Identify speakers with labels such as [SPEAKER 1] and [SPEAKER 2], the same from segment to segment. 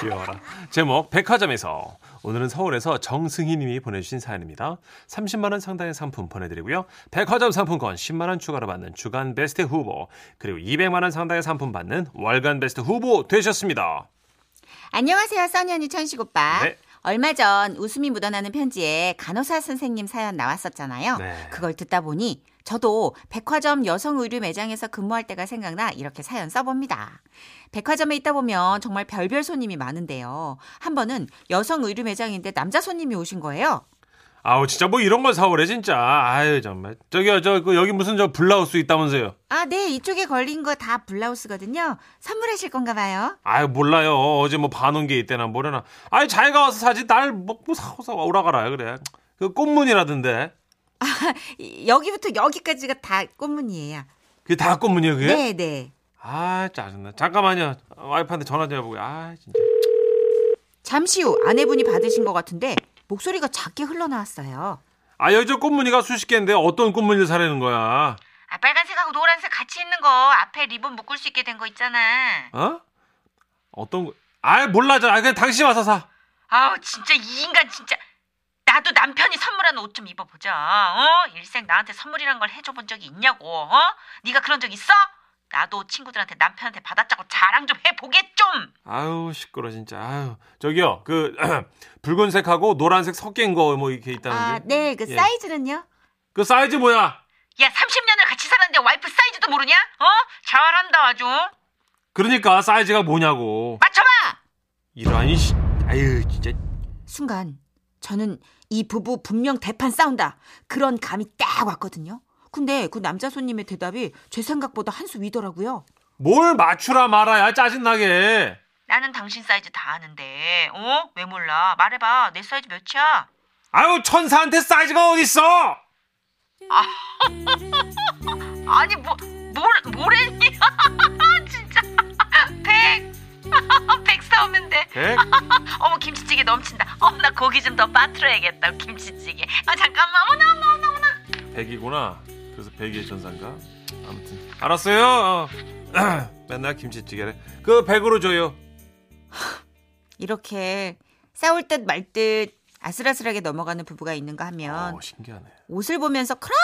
[SPEAKER 1] 귀여워라. 제목 백화점에서 오늘은 서울에서 정승희 님이 보내주신 사연입니다. 30만 원 상당의 상품 보내드리고요. 백화점 상품권 10만 원 추가로 받는 주간 베스트 후보 그리고 200만 원 상당의 상품 받는 월간 베스트 후보 되셨습니다.
[SPEAKER 2] 안녕하세요, 써니 언니 천식 오빠.
[SPEAKER 1] 네.
[SPEAKER 2] 얼마 전 웃음이 묻어나는 편지에 간호사 선생님 사연 나왔었잖아요.
[SPEAKER 1] 네.
[SPEAKER 2] 그걸 듣다 보니 저도 백화점 여성 의류 매장에서 근무할 때가 생각나 이렇게 사연 써봅니다. 백화점에 있다 보면 정말 별별 손님이 많은데요. 한 번은 여성 의류 매장인데 남자 손님이 오신 거예요.
[SPEAKER 1] 아우 진짜 뭐 이런 걸 사오래 진짜. 아유 정말 저기요 저 그, 여기 무슨 저 블라우스 있다면서요.
[SPEAKER 2] 아, 네, 이쪽에 걸린 거 다 블라우스거든요. 선물하실 건가 봐요.
[SPEAKER 1] 아유 몰라요 어제 뭐 봐놓은 게 있대나 뭐래나. 아유 자기가 와서 사지 날뭐 뭐 사오사 오라가라 그래. 그 꽃무늬라던데.
[SPEAKER 2] 이- 여기부터 여기까지가 다 꽃무늬예요.
[SPEAKER 1] 그게 다 꽃무늬야 그게?
[SPEAKER 2] 네, 네.
[SPEAKER 1] 아 짜증나 잠깐만요 와이프한테 전화 좀 해보고 아 진짜
[SPEAKER 2] 잠시 후 아내분이 받으신 것 같은데 목소리가 작게 흘러나왔어요.
[SPEAKER 1] 아 여기 저 꽃무늬가 수십 개인데 어떤 꽃무늬를 사려는 거야
[SPEAKER 2] 아, 빨간색하고 노란색 같이 있는 거 앞에 리본 묶을 수 있게 된 거 있잖아.
[SPEAKER 1] 어 어떤 거아 몰라 저 아, 그냥 당신 와서 사
[SPEAKER 2] 아우 진짜 이 인간 진짜 나도 남편이 선물한 옷 좀 입어보자. 어? 일생 나한테 선물이란 걸 해줘본 적이 있냐고. 어? 네가 그런 적 있어? 나도 친구들한테 남편한테 받았자고 자랑 좀 해보게 좀.
[SPEAKER 1] 아유 시끄러 진짜 아유 저기요 그 붉은색하고 노란색 섞인 거 뭐 이렇게 있다는데
[SPEAKER 2] 아네그
[SPEAKER 1] 예.
[SPEAKER 2] 사이즈는요?
[SPEAKER 1] 그 사이즈 뭐야
[SPEAKER 2] 야 30년을 같이 살았는데 와이프 사이즈도 모르냐? 어? 잘한다 아주.
[SPEAKER 1] 그러니까 사이즈가 뭐냐고
[SPEAKER 2] 맞춰봐.
[SPEAKER 1] 이러한 이씨 아유 진짜
[SPEAKER 2] 순간 저는 이 부부 분명 대판 싸운다 그런 감이 딱 왔거든요. 근데 그 남자 손님의 대답이 제 생각보다 한 수 위더라고요.
[SPEAKER 1] 뭘 맞추라 말아야 짜증나게
[SPEAKER 2] 나는 당신 사이즈 다 아는데, 어? 왜 몰라? 말해봐. 내 사이즈 몇이야?
[SPEAKER 1] 아유 천사한테 사이즈가 어딨어
[SPEAKER 2] 아니 뭐, 뭘, 뭐랬니? 진짜 백, 백 사오면 돼.
[SPEAKER 1] 백?
[SPEAKER 2] 어머 김치찌개 넘친다. 어 나 고기 좀 더 빠트려야겠다. 김치찌개. 아 잠깐만. 어나 어나 어나 어나.
[SPEAKER 1] 백이구나. 그래서 백의 전사인가? 아무튼 알았어요. 어. 맨날 김치찌개래. 그 백으로 줘요.
[SPEAKER 2] 이렇게 싸울 듯 말 듯 아슬아슬하게 넘어가는 부부가 있는가 하면
[SPEAKER 1] 어, 신기하네.
[SPEAKER 2] 옷을 보면서 그렇게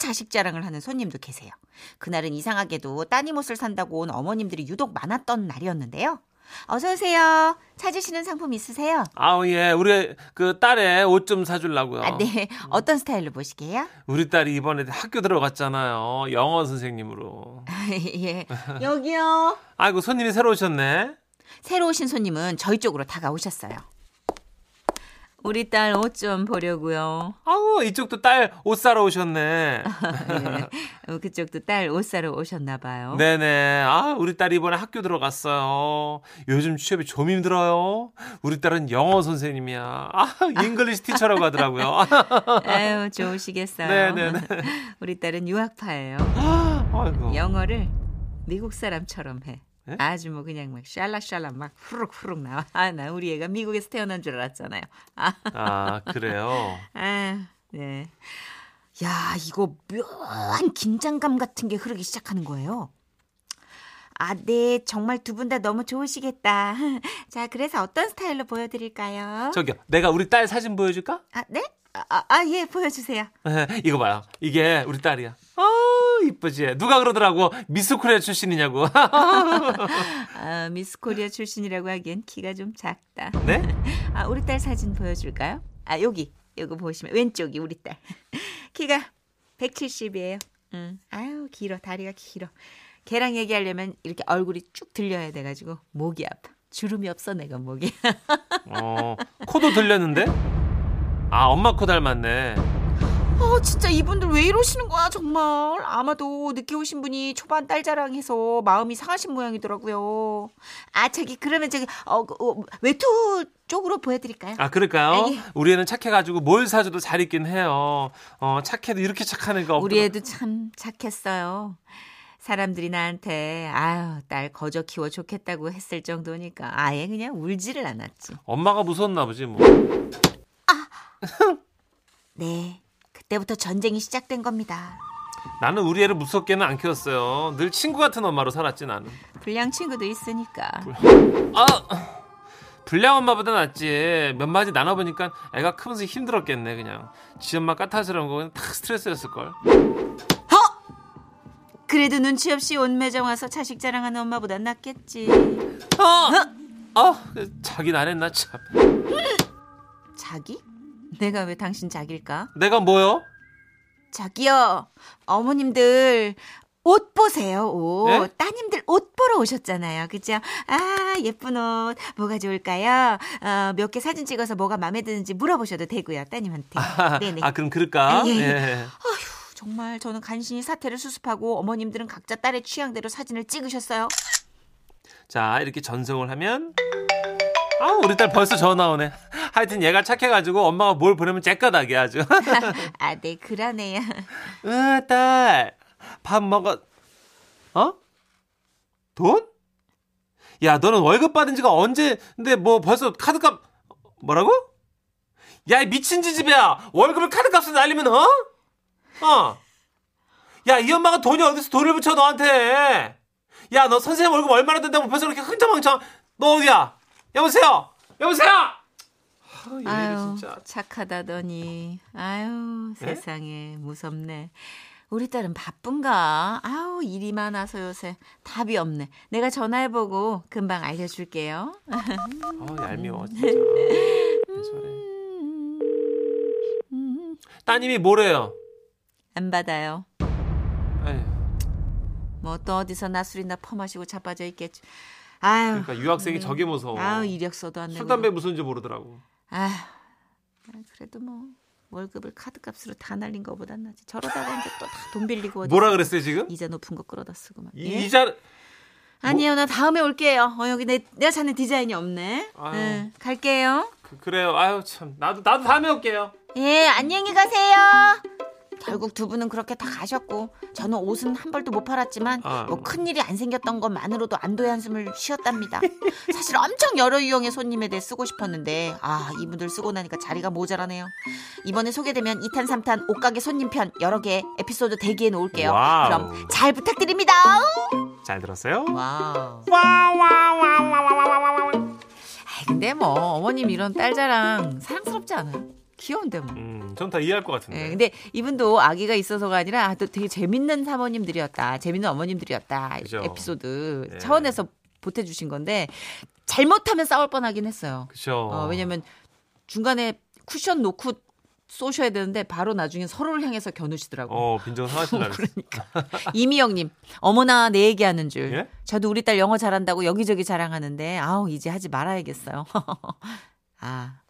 [SPEAKER 2] 자식 자랑을 하는 손님도 계세요. 그날은 이상하게도 따님 옷을 산다고 온 어머님들이 유독 많았던 날이었는데요. 어서 오세요. 찾으시는 상품 있으세요?
[SPEAKER 1] 아우 예, 우리 그 딸에 옷 좀 사주려고요.
[SPEAKER 2] 아, 네. 어떤 스타일로 보시게요?
[SPEAKER 1] 우리 딸이 이번에 학교 들어갔잖아요. 영어 선생님으로.
[SPEAKER 2] 예. 여기요.
[SPEAKER 1] 아이고 손님이 새로 오셨네.
[SPEAKER 2] 새로 오신 손님은 저희 쪽으로 다가오셨어요. 우리 딸 옷 좀 보려고요.
[SPEAKER 1] 아우 이쪽도 딸 옷 사러 오셨네.
[SPEAKER 2] 예. 어, 그쪽도 딸 옷 사러 오셨나 봐요.
[SPEAKER 1] 네네. 아 우리 딸이 이번에 학교 들어갔어요. 요즘 취업이 좀 힘들어요. 우리 딸은 영어 선생님이야. 아 잉글리시 티처라고 하더라고요.
[SPEAKER 2] 아유, 좋으시겠어요.
[SPEAKER 1] 네네네. 어.
[SPEAKER 2] 우리 딸은 유학파예요.
[SPEAKER 1] 아이고.
[SPEAKER 2] 영어를 미국 사람처럼 해.
[SPEAKER 1] 네?
[SPEAKER 2] 아주 뭐 그냥 막 샬라샬라 막 후룩후룩 나와. 아, 나 우리 애가 미국에서 태어난 줄 알았잖아요. 아,
[SPEAKER 1] 아 그래요.
[SPEAKER 2] 아, 네. 야, 이거 묘한 긴장감 같은 게 흐르기 시작하는 거예요. 아, 네. 정말 두 분 다 너무 좋으시겠다. 자, 그래서 어떤 스타일로 보여드릴까요?
[SPEAKER 1] 저기요, 내가 우리 딸 사진 보여줄까?
[SPEAKER 2] 아, 네? 아, 아, 아, 예, 보여주세요.
[SPEAKER 1] 이거 봐요. 이게 우리 딸이야. 아 이쁘지. 누가 그러더라고. 미스 코리아 출신이냐고.
[SPEAKER 2] 아, 미스 코리아 출신이라고 하기엔 키가 좀 작다.
[SPEAKER 1] 네?
[SPEAKER 2] 아, 우리 딸 사진 보여줄까요? 아, 여기. 여기 보시면 왼쪽이 우리 딸. 키가 170이에요. 음. 아유, 길어. 다리가 길어. 걔랑 얘기하려면 이렇게 얼굴이 쭉 들려야 돼가지고 목이 아파. 주름이 없어 내가 목이.
[SPEAKER 1] 어, 코도 들렸는데? 아, 엄마 코 닮았네.
[SPEAKER 2] 어 진짜 이분들 왜 이러시는 거야 정말. 아마도 늦게 오신 분이 초반 딸 자랑해서 마음이 상하신 모양이더라고요. 아 저기 그러면 저기 어, 그, 어, 외투 쪽으로 보여드릴까요?
[SPEAKER 1] 아, 그럴까요?
[SPEAKER 2] 아니.
[SPEAKER 1] 우리 애는 착해가지고 뭘 사줘도 잘 있긴 해요. 어, 착해도 이렇게 착한 애가 없
[SPEAKER 2] 우리 애도 참 착했어요. 사람들이 나한테 아유 딸 거저 키워 좋겠다고 했을 정도니까 아예 그냥 울지를 않았지.
[SPEAKER 1] 엄마가 무서웠나 보지, 뭐.
[SPEAKER 2] 네, 그때부터 전쟁이 시작된 겁니다.
[SPEAKER 1] 나는 우리 애를 무섭게는 안 키웠어요. 늘 친구 같은 엄마로 살았지, 나는.
[SPEAKER 2] 불량 친구도 있으니까.
[SPEAKER 1] 아! 불량 엄마보다 낫지. 몇 마디 나눠보니까 애가 크면서 힘들었겠네, 그냥. 지 엄마 까탈스러운 거는 다 스트레스였을걸.
[SPEAKER 2] 그래도 눈치 없이 온 매장 와서 자식 자랑하는 엄마보다 낫겠지.
[SPEAKER 1] 어! 어! 자기는 안 했나, 참.
[SPEAKER 2] 자기? 내가 왜 당신 자기일까?
[SPEAKER 1] 내가 뭐요?
[SPEAKER 2] 저기요, 어머님들 옷 보세요, 옷.
[SPEAKER 1] 네?
[SPEAKER 2] 따님들 옷 보러 오셨잖아요, 그죠? 아, 예쁜 옷. 뭐가 좋을까요? 어, 몇 개 사진 찍어서 뭐가 마음에 드는지 물어보셔도 되고요, 따님한테.
[SPEAKER 1] 아,
[SPEAKER 2] 네네.
[SPEAKER 1] 아, 그럼 그럴까?
[SPEAKER 2] 예, 예.
[SPEAKER 1] 예.
[SPEAKER 2] 아휴, 정말 저는 간신히 사태를 수습하고 어머님들은 각자 딸의 취향대로 사진을 찍으셨어요.
[SPEAKER 1] 자, 이렇게 전송을 하면. 아, 우리 딸 벌써 전화 오네. 하여튼 얘가 착해가지고 엄마가 뭘 보내면 째까닥이야, 아주.
[SPEAKER 2] 아, 네, 그러네요.
[SPEAKER 1] 으아, 딸. 밥 먹었. 어? 돈? 야, 너는 월급 받은 지가 언제인데 뭐 벌써 카드값 뭐라고? 야, 이 미친 지집애야. 월급을 카드값으로 날리면 어? 어. 야, 이 엄마가 돈이 어디서 돈을 붙여 너한테. 야, 너 선생님 월급 얼마나 된다고 벌써 그렇게 흥청망청. 너 어디야? 여보세요. 여보세요. 아유, 얘네
[SPEAKER 2] 아유,
[SPEAKER 1] 진짜.
[SPEAKER 2] 착하다더니. 아유,
[SPEAKER 1] 예?
[SPEAKER 2] 세상에, 무섭네. 우리 딸은 바쁜가? 아우, 일이 많아서 요새 답이 없네. 내가 전화해보고 금방 알려줄게요.
[SPEAKER 1] 아, 얄미워 진짜.
[SPEAKER 3] 네.
[SPEAKER 1] 왜 저래.
[SPEAKER 2] 음,
[SPEAKER 1] 따님이 뭐래요?
[SPEAKER 2] 안 받아요.
[SPEAKER 1] 에휴,
[SPEAKER 2] 뭐 또 어디서 나술이나 퍼마시고 자빠져 있겠지. 아유,
[SPEAKER 1] 그러니까 유학생이
[SPEAKER 3] 네.
[SPEAKER 1] 저게 무서워.
[SPEAKER 2] 아유, 이력서도 안 내고.
[SPEAKER 1] 술 담배 무슨지
[SPEAKER 3] 뭐
[SPEAKER 1] 모르더라고.
[SPEAKER 2] 아휴, 아, 그래도 뭐 월급을 카드값으로 다 날린 거보단 낫지. 저러다가 이제 또 다 돈 빌리고 어디서
[SPEAKER 1] 뭐라 그랬어요 지금?
[SPEAKER 2] 이자 높은 거 끌어다 쓰고 막.
[SPEAKER 1] 이-
[SPEAKER 2] 예?
[SPEAKER 1] 이자
[SPEAKER 2] 아니에요, 나 다음에 올게요. 어, 여기 내, 내가 찾는 디자인이 없네.
[SPEAKER 1] 아유.
[SPEAKER 2] 예, 갈게요.
[SPEAKER 1] 그, 그래요. 아유 참 나도 나도 다음에 올게요.
[SPEAKER 2] 예, 안녕히 가세요. 결국 두 분은 그렇게 다 가셨고 저는 옷은 한 벌도 못 팔았지만
[SPEAKER 1] 아.
[SPEAKER 2] 뭐 큰일이 안 생겼던 것만으로도 안도의 한숨을 쉬었답니다. 사실 엄청 여러 유형의 손님에 대해 쓰고 싶었는데 아 이분들 쓰고 나니까 자리가 모자라네요. 이번에 소개되면 2탄 3탄 옷가게 손님 편 여러 개 에피소드 대기해 놓을게요.
[SPEAKER 1] 와우.
[SPEAKER 2] 그럼 잘 부탁드립니다.
[SPEAKER 1] 잘 들었어요?
[SPEAKER 3] 와우.
[SPEAKER 1] 와와와와와와와와.
[SPEAKER 3] 아이, 근데 뭐 어머님 이런 딸 자랑 사랑스럽지 않아요? 귀여운데 뭐.
[SPEAKER 1] 음, 전 다 이해할 것
[SPEAKER 3] 예,
[SPEAKER 1] 같은데.
[SPEAKER 3] 근데 이분도 아기가 있어서가 아니라 아, 또 되게 재밌는 사모님들이었다. 재밌는 어머님들이었다.
[SPEAKER 1] 그죠.
[SPEAKER 3] 에피소드
[SPEAKER 1] 네.
[SPEAKER 3] 차원에서 보태주신 건데 잘못하면 싸울 뻔하긴 했어요.
[SPEAKER 1] 그쵸.
[SPEAKER 3] 어, 왜냐면 중간에 쿠션 놓고 쏘셔야 되는데 바로 나중에 서로를 향해서 겨누시더라고요.
[SPEAKER 1] 어 빈정
[SPEAKER 3] 뭐
[SPEAKER 1] 상하신다. 그랬어.
[SPEAKER 3] 그러니까. 이미영님, 어머나 내 얘기하는 줄.
[SPEAKER 1] 예?
[SPEAKER 3] 저도 우리 딸 영어 잘한다고 여기저기 자랑하는데 아우 이제 하지 말아야겠어요. 아,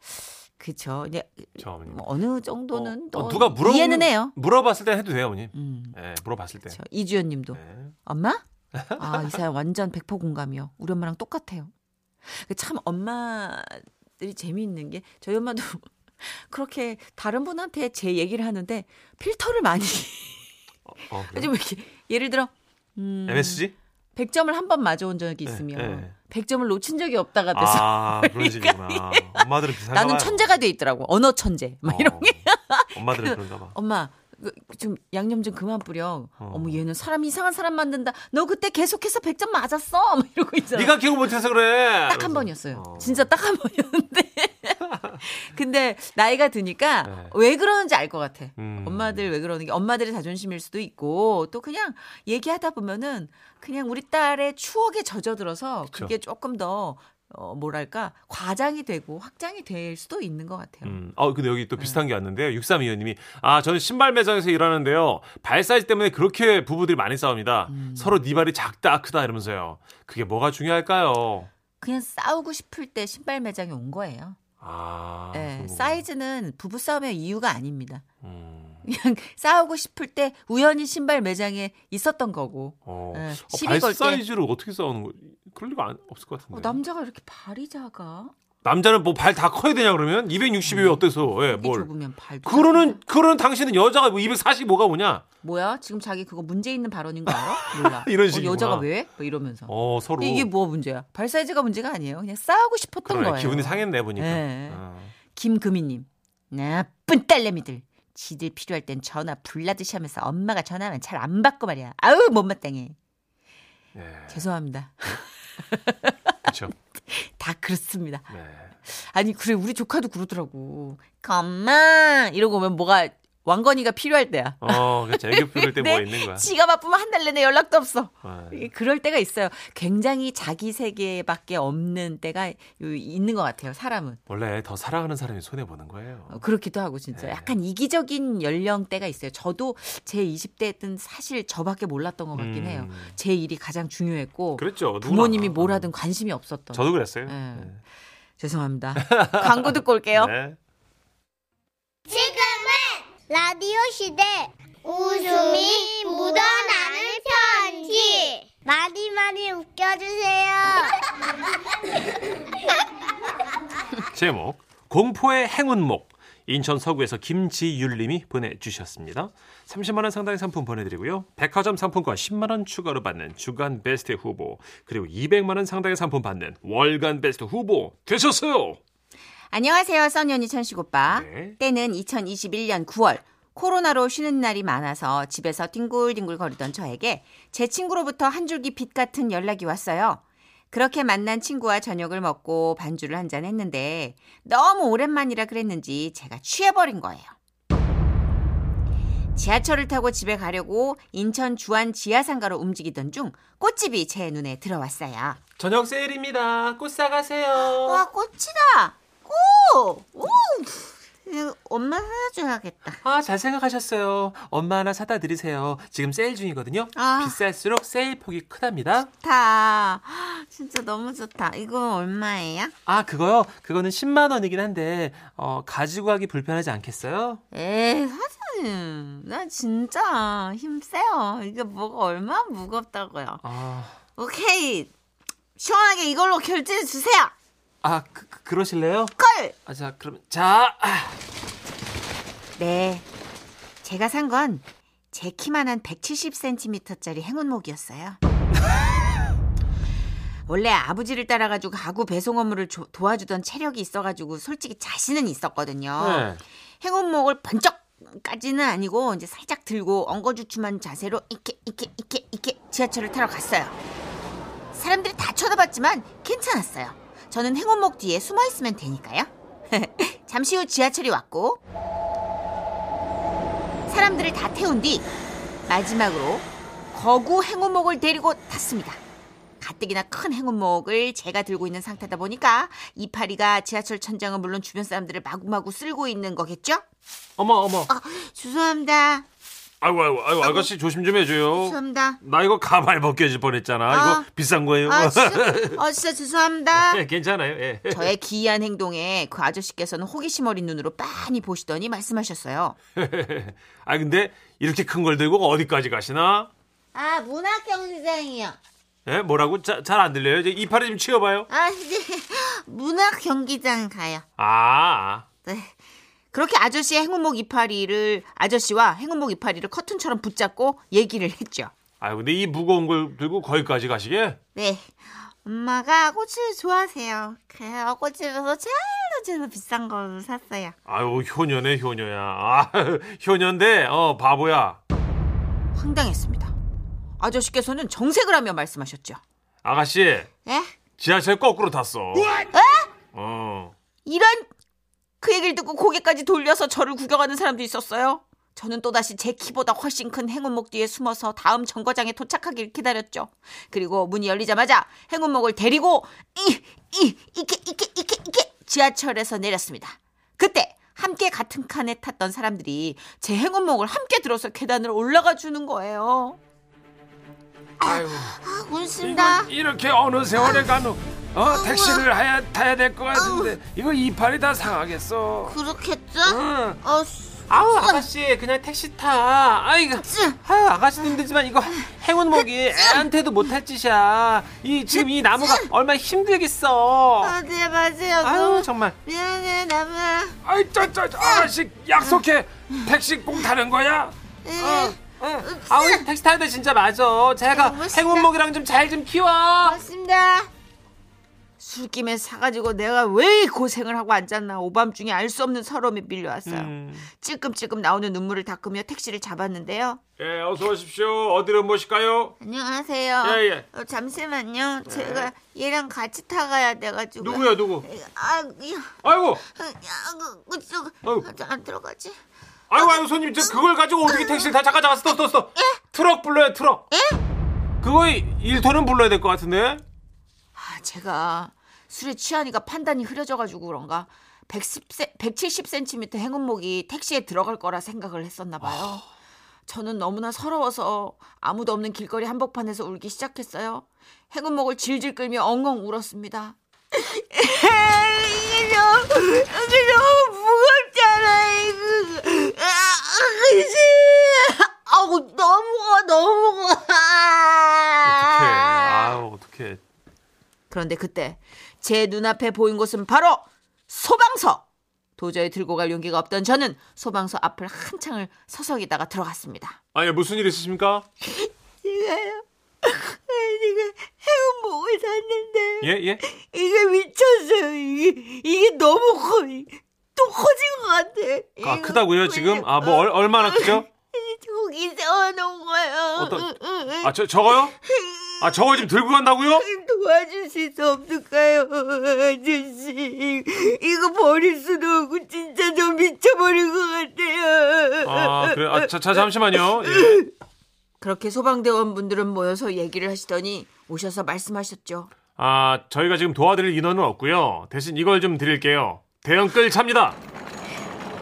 [SPEAKER 3] 그쵸. 이제
[SPEAKER 1] 저 어머님.
[SPEAKER 3] 뭐 어느 정도는 또
[SPEAKER 1] 어, 누가 물어
[SPEAKER 3] 이해는 해요.
[SPEAKER 1] 물어봤을 때 해도 돼요, 어머님.
[SPEAKER 3] 음,
[SPEAKER 1] 예, 물어봤을 때.
[SPEAKER 3] 그쵸. 이주연님도
[SPEAKER 1] 예.
[SPEAKER 3] 엄마? 아, 이 사연 완전 100% 공감이요. 우리 엄마랑 똑같아요. 그참 엄마들이 재미있는 게 저희 엄마도 그렇게 다른 분한테 제 얘기를 하는데 필터를 많이
[SPEAKER 1] 어, 그래요?
[SPEAKER 3] 좀 이렇게 예를 들어 음,
[SPEAKER 1] MSG?
[SPEAKER 3] 100점을 한 번 맞아온 적이
[SPEAKER 1] 예,
[SPEAKER 3] 있으면
[SPEAKER 1] 예.
[SPEAKER 3] 100점을 놓친 적이 없다가 돼서
[SPEAKER 1] 아 그런 식이구나. 엄마들은 비슷한가
[SPEAKER 3] 나는
[SPEAKER 1] 봐요.
[SPEAKER 3] 천재가 돼 있더라고. 언어 천재. 막 이런.
[SPEAKER 1] 게. 엄마들은 그런가 봐.
[SPEAKER 3] 엄마 그, 좀 양념 좀 그만 뿌려.
[SPEAKER 1] 어.
[SPEAKER 3] 어. 머 얘는 사람 이상한 사람 만든다. 너 그때 계속해서 100점 맞았어. 막 이러고 있잖아.
[SPEAKER 1] 네가 기억 못해서 그래.
[SPEAKER 3] 딱 한
[SPEAKER 1] 그래서.
[SPEAKER 3] 번이었어요.
[SPEAKER 1] 어.
[SPEAKER 3] 진짜 딱 한 번이었는데. 근데 나이가 드니까
[SPEAKER 1] 네.
[SPEAKER 3] 왜 그러는지 알 것 같아.
[SPEAKER 1] 음.
[SPEAKER 3] 엄마들 왜 그러는 게 엄마들의 자존심일 수도 있고 또 그냥 얘기하다 보면은 그냥 우리 딸의 추억에 젖어들어서
[SPEAKER 1] 그쵸.
[SPEAKER 3] 그게 조금 더 어, 뭐랄까 과장이 되고 확장이 될 수도 있는 것 같아요.
[SPEAKER 1] 음. 어, 근데 여기 또 비슷한 게 왔는데요. 6325님이, 아, 저는 신발 매장에서 일하는데요. 발 사이즈 때문에 그렇게 부부들이 많이 싸웁니다.
[SPEAKER 3] 음.
[SPEAKER 1] 서로 네 발이 작다, 크다 이러면서요. 그게 뭐가 중요할까요?
[SPEAKER 3] 그냥 싸우고 싶을 때 신발 매장에 온 거예요.
[SPEAKER 1] 아.
[SPEAKER 3] 예,
[SPEAKER 1] 그런 거구나.
[SPEAKER 3] 사이즈는 부부 싸움의 이유가 아닙니다.
[SPEAKER 1] 음.
[SPEAKER 3] 그냥 싸우고 싶을 때 우연히 신발 매장에 있었던 거고
[SPEAKER 1] 어.
[SPEAKER 3] 예,
[SPEAKER 1] 어,
[SPEAKER 3] 시비
[SPEAKER 1] 발
[SPEAKER 3] 걸 때.
[SPEAKER 1] 사이즈를 어떻게 싸우는 거? 그럴 리가 안- 없을 것 같은데.
[SPEAKER 3] 어, 남자가 이렇게 발이 작아?
[SPEAKER 1] 남자는 뭐 발 다 커야 되냐 그러면 260이
[SPEAKER 3] 음.
[SPEAKER 1] 왜 어때서? 예,
[SPEAKER 3] 이게
[SPEAKER 1] 뭘?
[SPEAKER 3] 좁으면 발도
[SPEAKER 1] 그러는 그러는 당신은 여자가 뭐 245가 뭐냐?
[SPEAKER 3] 작아. 뭐야? 지금 자기 그거 문제 있는 발언인 거 알아? 몰라.
[SPEAKER 1] 이런
[SPEAKER 3] 어,
[SPEAKER 1] 식이구나.
[SPEAKER 3] 여자가 왜? 뭐 이러면서.
[SPEAKER 1] 어, 서로
[SPEAKER 3] 근데 이게 뭐 문제야? 발 사이즈가 문제가 아니에요. 그냥 싸우고 싶었던
[SPEAKER 1] 그러네.
[SPEAKER 3] 거예요.
[SPEAKER 1] 기분이 상했네 보니까.
[SPEAKER 3] 예.
[SPEAKER 1] 어.
[SPEAKER 3] 김금희님. 나쁜 딸내미들. 지들 필요할 땐 전화 불나듯이 하면서 엄마가 전화하면 잘 안 받고 말이야. 아우 못마땅해.
[SPEAKER 1] 예.
[SPEAKER 3] 죄송합니다.
[SPEAKER 1] 그렇죠.
[SPEAKER 3] 다 그렇습니다.
[SPEAKER 1] 네.
[SPEAKER 3] 아니 그래 우리 조카도 그러더라고. 컴마 이러고 오면 뭐가 왕건이가 필요할 때야.
[SPEAKER 1] 어, 그렇죠. 애교 부를
[SPEAKER 3] 네.
[SPEAKER 1] 때 뭐가 있는 거야.
[SPEAKER 3] 지가 바쁘면 한 달 내내 연락도 없어.
[SPEAKER 1] 네.
[SPEAKER 3] 이게 그럴 때가 있어요. 굉장히 자기 세계밖에 없는 때가 요- 있는 것 같아요. 사람은
[SPEAKER 1] 원래 더 사랑하는 사람이 손해 보는 거예요.
[SPEAKER 3] 어, 그렇기도 하고 진짜
[SPEAKER 1] 네.
[SPEAKER 3] 약간 이기적인 연령대가 있어요. 저도 제 20대 때는 사실 저밖에 몰랐던 것 같긴
[SPEAKER 1] 음.
[SPEAKER 3] 해요. 제 일이 가장 중요했고
[SPEAKER 1] 그랬죠. 그렇죠. 누구나. 음.
[SPEAKER 3] 부모님이 뭘 하든 관심이 없었던.
[SPEAKER 1] 저도 그랬어요.
[SPEAKER 3] 네.
[SPEAKER 1] 네.
[SPEAKER 3] 죄송합니다. 광고 듣고 올게요.
[SPEAKER 1] 네.
[SPEAKER 4] 라디오 시대 웃음이 묻어나는 편지 많이 많이 웃겨주세요.
[SPEAKER 1] 제목 공포의 행운목 인천 서구에서 김지율님이 보내주셨습니다. 30만 원 상당의 상품 보내드리고요. 백화점 상품권 10만 원 추가로 받는 주간 베스트 후보 그리고 200만 원 상당의 상품 받는 월간 베스트 후보 되셨어요.
[SPEAKER 2] 안녕하세요, 써니언니 천식 오빠.
[SPEAKER 1] 네.
[SPEAKER 2] 때는 2021년 9월. 코로나로 쉬는 날이 많아서 집에서 뒹굴뒹굴 거리던 저에게 제 친구로부터 한 줄기 빛 같은 연락이 왔어요. 그렇게 만난 친구와 저녁을 먹고 반주를 한 잔 했는데 너무 오랜만이라 그랬는지 제가 취해버린 거예요. 지하철을 타고 집에 가려고 인천 주안 지하상가로 움직이던 중 꽃집이 제 눈에 들어왔어요.
[SPEAKER 1] 저녁 세일입니다. 꽃 사가세요.
[SPEAKER 2] 와 꽃이다 꽃 오! 이거 엄마 사줘야겠다
[SPEAKER 1] 아 잘 생각하셨어요. 엄마 하나 사다 드리세요. 지금 세일 중이거든요.
[SPEAKER 2] 아.
[SPEAKER 1] 비쌀수록 세일 폭이 크답니다.
[SPEAKER 2] 좋다 진짜 너무 좋다 이거 얼마예요?
[SPEAKER 1] 아 그거요? 그거는 10만 원이긴 한데 어, 가지고 가기 불편하지 않겠어요?
[SPEAKER 2] 에이 사장님 나 진짜 힘세요 이게 뭐가 얼마나 무겁다고요
[SPEAKER 1] 아...
[SPEAKER 2] 오케이 시원하게 이걸로 결제해 주세요
[SPEAKER 1] 아, 그, 그- 그러실래요?
[SPEAKER 2] 걸
[SPEAKER 1] 아, 자, 그럼 자. 아,
[SPEAKER 2] 네. 제가 산 건 제 키만한 170cm짜리 행운목이었어요. 원래 아버지를 따라가지고 가구 배송 업무를 조- 도와주던 체력이 있어가지고 솔직히 자신은 있었거든요.
[SPEAKER 1] 네.
[SPEAKER 2] 행운목을 번쩍까지는 아니고 이제 살짝 들고 엉거주춤한 자세로 이렇게 이렇게 이렇게 이렇게 지하철을 타러 갔어요. 사람들이 다 쳐다봤지만 괜찮았어요. 저는 행운목 뒤에 숨어 있으면 되니까요. 잠시 후 지하철이 왔고 사람들을 다 태운 뒤 마지막으로 거구 행운목을 데리고 탔습니다. 가뜩이나 큰 행운목을 제가 들고 있는 상태다 보니까 이파리가 지하철 천장은 물론 주변 사람들을 마구마구 쓸고 있는 거겠죠?
[SPEAKER 1] 어머, 어머.
[SPEAKER 2] 아, 죄송합니다.
[SPEAKER 1] 아이고, 아이고, 아이고, 아가씨 조심 좀 해줘요.
[SPEAKER 2] 죄송합니다.
[SPEAKER 1] 나 이거 가발 벗겨질 뻔했잖아.
[SPEAKER 2] 아.
[SPEAKER 1] 이거 비싼 거예요.
[SPEAKER 2] 아, 진짜, 아, 진짜 죄송합니다.
[SPEAKER 1] 예, 괜찮아요. 예.
[SPEAKER 2] 저의 기이한 행동에 그 아저씨께서는 호기심 어린 눈으로 빤히 보시더니 말씀하셨어요.
[SPEAKER 1] 아, 근데 이렇게 큰 걸 들고 어디까지 가시나?
[SPEAKER 4] 아 문학 경쟁이요.
[SPEAKER 1] 예, 뭐라고? 잘 안 들려요. 이제 이파리 좀 치워봐요.
[SPEAKER 2] 아, 이제 문학 경기장 가요.
[SPEAKER 1] 아,
[SPEAKER 2] 네. 그렇게 아저씨의 행운목 이파리를 아저씨와 행운목 이파리를 커튼처럼 붙잡고 얘기를 했죠.
[SPEAKER 1] 아, 근데 이 무거운 걸 들고 거기까지 가시게?
[SPEAKER 2] 네. 엄마가 꼬치를 좋아하세요. 그래서 꼬치에서 제일로 제일 비싼 걸로 샀어요.
[SPEAKER 1] 아유, 효녀네, 효녀야. 아, 효녀인데, 어, 바보야.
[SPEAKER 2] 황당했습니다. 아저씨께서는 정색을 하며 말씀하셨죠. 예?
[SPEAKER 1] 아가씨,
[SPEAKER 2] 에?
[SPEAKER 1] 지하철 거꾸로 탔어. 어.
[SPEAKER 2] 이런 그 얘기를 듣고 고개까지 돌려서 저를 구경하는 사람도 있었어요. 저는 또다시 제 키보다 훨씬 큰 행운목 뒤에 숨어서 다음 정거장에 도착하길 기다렸죠. 그리고 문이 열리자마자 행운목을 데리고 이, 이, 이게, 이게, 이게, 이게 지하철에서 내렸습니다. 그때 함께 같은 칸에 탔던 사람들이 제 행운목을 함께 들어서 계단을 올라가 주는 거예요.
[SPEAKER 1] 아유.
[SPEAKER 2] 아, 곤신다.
[SPEAKER 1] 이거 이렇게 어느 세월에 가노? 어 택시를 해야, 타야 될 것 같은데 이거 이빨이 다 상하겠어.
[SPEAKER 2] 그렇겠죠?
[SPEAKER 1] 응.
[SPEAKER 2] 어,
[SPEAKER 1] 아우 아가씨 그냥 택시 타. 아이고. 그, 아유 아가씨도 힘들지만 이거 행운목이 애한테도 못할 짓이야. 이 지금 이 나무가 얼마나 힘들겠어.
[SPEAKER 4] 아.
[SPEAKER 2] 네, 맞아요.
[SPEAKER 1] 아. 아유 정말.
[SPEAKER 2] 미안해, 나무야.
[SPEAKER 1] 아이 짜짜 아가씨 약속해 택시 꼭 타는 거야.
[SPEAKER 2] 네.
[SPEAKER 1] 어. 응. 아우 택시 타야 돼 진짜 맞아. 제가 행운목이랑 좀 잘 좀 키워.
[SPEAKER 2] 고맙습니다. 술김에 사가지고 내가 왜 이 고생을 하고 앉았나 오밤중에 알 수 없는 서러움에 밀려왔어요.
[SPEAKER 1] 음.
[SPEAKER 2] 찔끔찔끔 나오는 눈물을 닦으며 택시를 잡았는데요.
[SPEAKER 1] 예, 어서 오십시오. 어디로 모실까요?
[SPEAKER 2] 안녕하세요.
[SPEAKER 1] 예, 예.
[SPEAKER 2] 어, 잠시만요. 제가 얘랑 같이 타가야 돼가지고.
[SPEAKER 1] 누구야, 누구?
[SPEAKER 2] 아, 야,
[SPEAKER 1] 아이고,
[SPEAKER 2] 야, 그, 그, 저,
[SPEAKER 1] 아이고.
[SPEAKER 2] 저안 들어가지?
[SPEAKER 1] 아이고, 아이고, 손님, 저 그걸 가지고 어떻게 택시를 다 잠깐 잠깐 스톱, 스톱, 스톱. 트럭 불러요, 트럭. 그거 일톤은 불러야 될 것 같은데.
[SPEAKER 2] 아, 제가 술에 취하니까 판단이 흐려져가지고 그런가 110, 170cm 행운목이 택시에 들어갈 거라 생각을 했었나 봐요. 저는 너무나 서러워서 아무도 없는 길거리 한복판에서 울기 시작했어요. 행운목을 질질 끌며 엉엉 울었습니다. 이게 너무, 이게 너무 무겁잖아, 이거. 아, 그치? 아우, 너무 무거워, 너무 무거워.
[SPEAKER 1] 어떡해. 아유, 어떡해.
[SPEAKER 2] 그런데 그때 제 눈앞에 보인 곳은 바로 소방서. 도저히 들고 갈 용기가 없던 저는 소방서 앞을 한창을 서성이다가 들어갔습니다.
[SPEAKER 1] 아니, 예, 무슨 일 있으십니까?
[SPEAKER 2] 제가요. 제가 해운복을 샀는데
[SPEAKER 1] 예, 예.
[SPEAKER 2] 이게 미쳤어요. 이게 이게 너무 커. 또 커진 것 같아.
[SPEAKER 1] 아, 크다고요, 지금? 아, 뭐, 얼, 얼마나 크죠?
[SPEAKER 2] 저기 세워놓은 거예요.
[SPEAKER 1] 어떤- 아, 저, 저거요? 아, 저거 지금 들고 간다고요?
[SPEAKER 2] 도와주실 수 없을까요, 아저씨? 이거 버릴 수도 없고 진짜 저 미쳐버린 것 같아요.
[SPEAKER 1] 아, 그래. 아, 자, 자, 잠시만요. 예.
[SPEAKER 2] 그렇게 소방대원분들은 모여서 얘기를 하시더니 오셔서 말씀하셨죠.
[SPEAKER 1] 아, 저희가 지금 도와드릴 인원은 없고요. 대신 이걸 좀 드릴게요. 대형 끌 찹니다.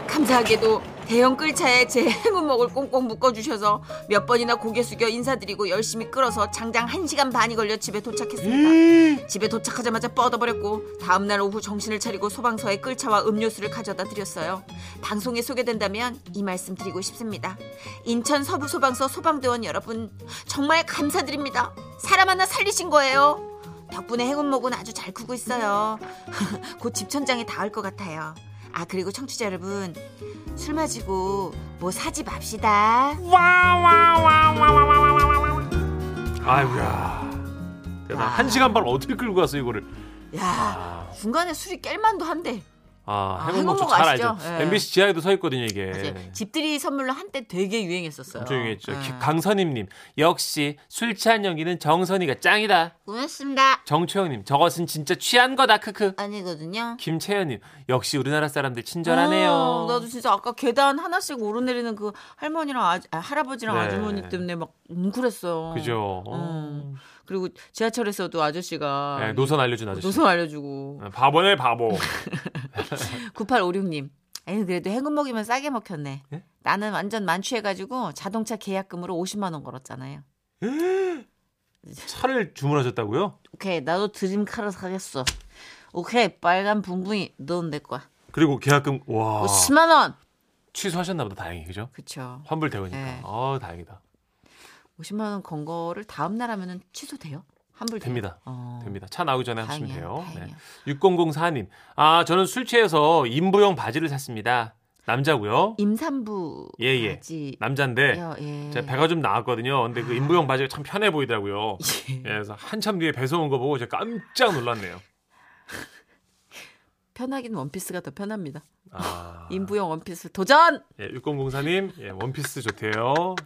[SPEAKER 2] 감사하게도 대형 끌차에 제 행운목을 꽁꽁 묶어주셔서 몇 번이나 고개 숙여 인사드리고 열심히 끌어서 장장 1시간 반이 걸려 집에 도착했습니다. 집에 도착하자마자 뻗어버렸고 다음날 오후 정신을 차리고 소방서에 끌차와 음료수를 가져다 드렸어요. 방송에 소개된다면 이 말씀 드리고 싶습니다. 인천 서부소방서 소방대원 여러분 정말 감사드립니다. 사람 하나 살리신 거예요. 덕분에 행운목은 아주 잘 크고 있어요. 곧 집천장에 닿을 것 같아요. 아 그리고 청취자 여러분 술 마시고 뭐 사지 맙시다.
[SPEAKER 1] 아이고야. 대단. 한 시간 반 어떻게 끌고 갔어 이거를?
[SPEAKER 2] 야 중간에 술이 깰 만도 한데
[SPEAKER 1] 아,
[SPEAKER 2] 아,
[SPEAKER 1] 해운목도
[SPEAKER 2] 해운목
[SPEAKER 1] 잘
[SPEAKER 2] 아시죠?
[SPEAKER 1] 알죠.
[SPEAKER 2] 예.
[SPEAKER 1] MBC 지하에도 서 있거든요 이게.
[SPEAKER 2] 이제 집들이 선물로 한때 되게 유행했었어요.
[SPEAKER 1] 네. 엄청 유명했죠.
[SPEAKER 2] 예.
[SPEAKER 1] 기- 강선임님 역시 술 취한 연기는 정선이가 짱이다.
[SPEAKER 2] 고맙습니다.
[SPEAKER 1] 정초영님 저것은 진짜 취한 거다 크크.
[SPEAKER 2] 아니거든요.
[SPEAKER 1] 김채연님 역시 우리나라 사람들
[SPEAKER 2] 어,
[SPEAKER 1] 친절하네요.
[SPEAKER 2] 나도 진짜 아까 계단 하나씩 오르내리는 그 할머니랑 아주, 아, 할아버지랑
[SPEAKER 1] 네.
[SPEAKER 2] 아주머니 때문에 막 뭉클했어요.
[SPEAKER 1] 그죠.
[SPEAKER 2] 음. 그리고 지하철에서도 아저씨가
[SPEAKER 1] 예, 노선 알려준 아저씨.
[SPEAKER 2] 노선 알려주고
[SPEAKER 1] 예, 바보네 바보. 네.
[SPEAKER 2] 9856님. 에휴 그래도 해금 먹이면 싸게 먹혔네.
[SPEAKER 1] 예?
[SPEAKER 2] 나는 완전 만취해가지고 자동차 계약금으로 50만 원 걸었잖아요.
[SPEAKER 1] 차를 주문하셨다고요?
[SPEAKER 2] 오케이 나도 드림카를 사겠어. 오케이 빨간 붕붕이 넌 내 거야.
[SPEAKER 1] 그리고 계약금 와
[SPEAKER 2] 50만 원.
[SPEAKER 1] 취소하셨나 보다 다행히 그죠?
[SPEAKER 2] 그쵸.
[SPEAKER 1] 환불되니까.
[SPEAKER 2] 네.
[SPEAKER 1] 아 다행이다.
[SPEAKER 2] 50만 원 건 거를 다음 날 하면은 취소돼요? 환불 돼요?
[SPEAKER 1] 됩니다.
[SPEAKER 2] 어.
[SPEAKER 1] 됩니다. 차 나오기 전에 하시면
[SPEAKER 2] 다행이야,
[SPEAKER 1] 돼요. 네.
[SPEAKER 2] 다행이야.
[SPEAKER 1] 6004님. 아, 저는 술 취해서 인부용 바지를 샀습니다. 남자고요.
[SPEAKER 2] 임산부
[SPEAKER 1] 예, 예.
[SPEAKER 2] 바지.
[SPEAKER 1] 남잔데
[SPEAKER 2] 요, 예. 아.
[SPEAKER 1] 제가 배가 좀 나왔거든요. 근데 그 인부용 바지가 참 편해 보이더라고요. 예, 그래서 한참 뒤에 배송 온 거 보고 제가 깜짝 놀랐네요.
[SPEAKER 3] 편하긴 원피스가 더 편합니다.
[SPEAKER 1] 아.
[SPEAKER 3] 인부용 원피스 도전!
[SPEAKER 1] 예, 6004님. 예, 원피스 좋대요.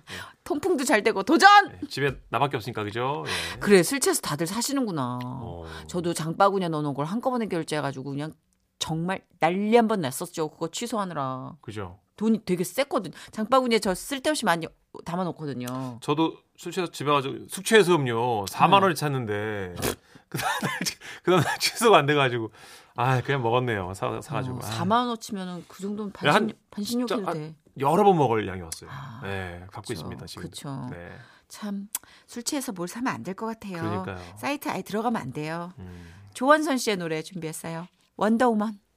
[SPEAKER 3] 통풍도 잘 되고 도전!
[SPEAKER 1] 예, 집에 나밖에 없으니까 그죠? 예.
[SPEAKER 3] 그래 술 취해서 다들 사시는구나.
[SPEAKER 1] 어.
[SPEAKER 3] 저도 장바구니에 넣어놓은 걸 한꺼번에 결제해가지고 그냥 정말 난리 한 번 났었죠. 그거 취소하느라
[SPEAKER 1] 그죠.
[SPEAKER 3] 돈이 되게 셌거든. 장바구니에 저 쓸데없이 많이 담아놓거든요.
[SPEAKER 1] 저도 술 취해서 집에 가서 숙취해소 음료
[SPEAKER 3] 네.
[SPEAKER 1] 4만 원을 찼는데 그다음 날 그다음 날 취소가 안 돼가지고 아 그냥 먹었네요 사 사가지고
[SPEAKER 3] 어,
[SPEAKER 1] 아.
[SPEAKER 3] 4만 원 치면은 그 정도면
[SPEAKER 1] 야, 한-
[SPEAKER 3] 반신, 반신욕해도
[SPEAKER 1] 진짜, 아,
[SPEAKER 3] 돼.
[SPEAKER 1] 여러 번 먹을 양이 왔어요.
[SPEAKER 3] 아, 그렇죠.
[SPEAKER 1] 네, 갖고
[SPEAKER 3] 그쵸,
[SPEAKER 1] 있습니다 지금.
[SPEAKER 3] 그쵸.
[SPEAKER 1] 네,
[SPEAKER 3] 참 술 취해서 뭘 사면 안 될 것 같아요.
[SPEAKER 1] 그러니까요.
[SPEAKER 3] 사이트 아예 들어가면 안 돼요.
[SPEAKER 1] 음.
[SPEAKER 3] 조원선 씨의 노래 준비했어요. 원더우먼.